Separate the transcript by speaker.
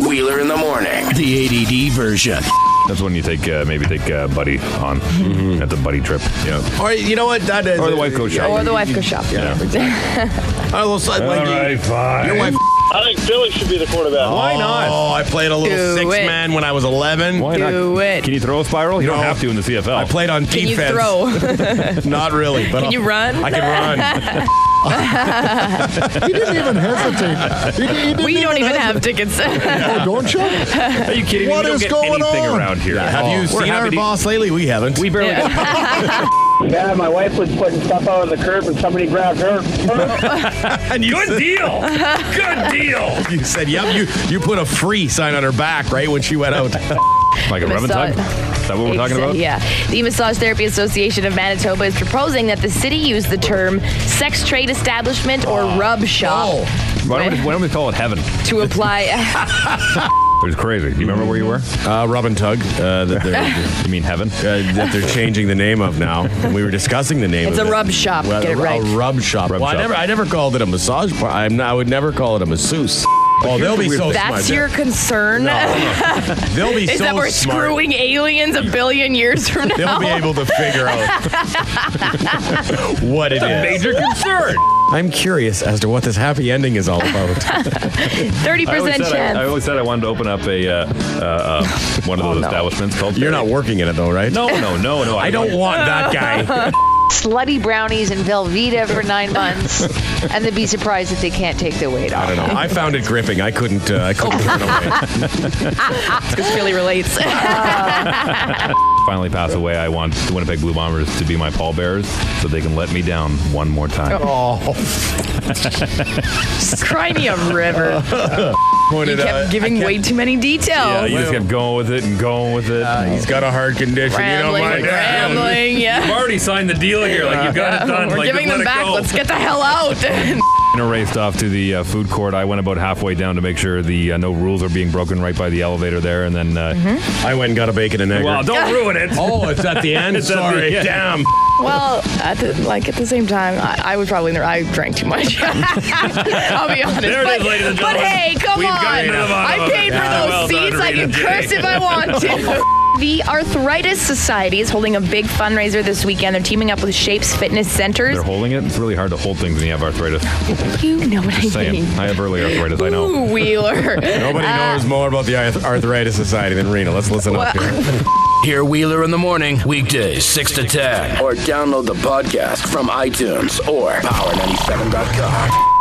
Speaker 1: Wheeler in the morning.
Speaker 2: The ADD version.
Speaker 3: That's when you take uh, maybe take uh, buddy on at the buddy trip. You know,
Speaker 2: Or you know what? That, uh,
Speaker 3: Or the wife goes
Speaker 2: yeah,
Speaker 3: shopping.
Speaker 4: Or the wife goes Oh, shopping.
Speaker 2: I will side
Speaker 3: All
Speaker 2: like
Speaker 3: right, fine.
Speaker 2: Your wife.
Speaker 5: I think Philly should be the quarterback.
Speaker 3: Why not?
Speaker 2: Oh, I played a little
Speaker 4: Do
Speaker 2: six
Speaker 4: it.
Speaker 2: man when I was 11.
Speaker 3: Why
Speaker 4: Do
Speaker 3: not?
Speaker 4: it.
Speaker 3: Can you throw a spiral? You don't
Speaker 2: No.
Speaker 3: have to in the CFL.
Speaker 2: I played on
Speaker 4: Can you
Speaker 2: defense.
Speaker 4: throw?
Speaker 2: Not really. But
Speaker 4: Can you run?
Speaker 2: I can run.
Speaker 6: He didn't even hesitate. He, di- he didn't
Speaker 4: We don't even
Speaker 6: hesitate.
Speaker 4: have tickets.
Speaker 6: Oh, don't you?
Speaker 3: Are you kidding
Speaker 6: What
Speaker 3: me? We
Speaker 6: is
Speaker 3: don't get
Speaker 6: going
Speaker 3: anything
Speaker 6: on?
Speaker 3: around here.
Speaker 2: Have you
Speaker 3: We're
Speaker 2: seen
Speaker 3: happy
Speaker 2: our
Speaker 3: to-
Speaker 2: boss lately? We haven't.
Speaker 3: We barely.
Speaker 4: Yeah.
Speaker 5: Yeah, my wife was putting stuff out on the curb and somebody grabbed her.
Speaker 2: and you
Speaker 3: Good
Speaker 2: said,
Speaker 3: deal. Good deal.
Speaker 2: you said, "Yep." You you put a free sign on her back, right when she went out.
Speaker 3: Like a rubbing tug?
Speaker 4: Massage-
Speaker 3: Is that what we're talking about?
Speaker 4: Yeah. The Massage Therapy Association of Manitoba is proposing that the city use the term sex trade establishment or
Speaker 3: Oh.
Speaker 4: rub shop
Speaker 2: Oh.
Speaker 3: Why don't, we, why don't we call it heaven? It
Speaker 4: to apply.
Speaker 3: was crazy. You remember where you were?
Speaker 2: uh, Robin Tug. Uh, that they're.
Speaker 3: You mean heaven?
Speaker 2: Uh, that they're changing the name of now. And we were discussing the name.
Speaker 4: It's
Speaker 2: of
Speaker 4: a
Speaker 2: it.
Speaker 4: rub shop.
Speaker 2: Well,
Speaker 4: Get it
Speaker 2: a,
Speaker 4: right.
Speaker 2: A rub shop.
Speaker 3: Rub
Speaker 2: well, I
Speaker 3: shop.
Speaker 2: never, I never called it a massage parlor. I'm not, I would never call it a masseuse. Oh, they'll be
Speaker 3: the weird
Speaker 2: so
Speaker 4: That's
Speaker 2: smart.
Speaker 4: your concern.
Speaker 2: Oh, They'll be
Speaker 4: Is
Speaker 2: so
Speaker 4: that we're
Speaker 2: smart.
Speaker 4: screwing aliens a billion years from now?
Speaker 2: They'll be able to figure out what it is.
Speaker 3: Major concern.
Speaker 2: I'm curious as to what this happy ending is all about.
Speaker 4: Thirty
Speaker 3: I always,
Speaker 4: percent
Speaker 3: said I, I
Speaker 4: chance.
Speaker 3: always said I wanted to open up a uh, uh, uh, one of those establishments called.
Speaker 2: You're not working in it though, right?
Speaker 3: No, no, no, no.
Speaker 2: I don't want that guy.
Speaker 7: slutty brownies in Velveeta for nine months, and they'd be surprised if they can't take their weight
Speaker 2: I
Speaker 7: off.
Speaker 2: don't know. I found it gripping. I couldn't. Uh, I couldn't turn away.
Speaker 4: This really relates.
Speaker 3: finally pass away. I want the Winnipeg Blue Bombers to be my pallbearers, so they can let me down one more time.
Speaker 4: Oh, Cry me a river. You
Speaker 2: Pointed out.
Speaker 4: kept giving way too many
Speaker 3: Yeah,
Speaker 4: details.
Speaker 3: you just kept going with it and going with it.
Speaker 2: He's got a heart condition.
Speaker 4: Uh, Rambling,
Speaker 2: you don't mind that.
Speaker 4: rambling. Yeah.
Speaker 3: already signed the deal here. Like you've got
Speaker 4: We're giving them back. Let's get the hell out.
Speaker 3: Dinner raced off to the uh, food court. I went about halfway down to make sure the uh, no rules are being broken right by the elevator there, and then. Uh,
Speaker 4: Mm-hmm.
Speaker 2: I went and got a bacon and egg.
Speaker 3: Well, don't ruin it.
Speaker 2: Oh, it's at the end.
Speaker 3: It's at the
Speaker 2: Sorry,
Speaker 3: end.
Speaker 2: damn.
Speaker 4: Well, at the, like at the same time, I, I would probably I drank too much. I'll be honest.
Speaker 3: There it
Speaker 4: but,
Speaker 3: is, ladies and
Speaker 4: but
Speaker 3: gentlemen.
Speaker 4: hey, come
Speaker 3: We've
Speaker 4: on!
Speaker 3: gotten to the bottom
Speaker 4: I
Speaker 3: of
Speaker 4: paid
Speaker 3: it.
Speaker 4: for
Speaker 3: Yeah.
Speaker 4: those
Speaker 3: Well done,
Speaker 4: seats. I can
Speaker 3: Rita J.
Speaker 4: curse if I want to. The Arthritis Society is holding a big fundraiser this weekend. They're teaming up with Shapes Fitness Centers.
Speaker 3: They're holding it. It's really hard to hold things when you have arthritis.
Speaker 4: You know what I
Speaker 3: Saying,
Speaker 4: mean.
Speaker 3: I have early arthritis. I know.
Speaker 4: Ooh, Wheeler.
Speaker 2: Nobody knows more about the Arth- Arthritis Society than Rena. Let's listen up here.
Speaker 1: Hear Wheeler in the morning, weekdays, 6 to 10. Or download the podcast from iTunes or power97.com.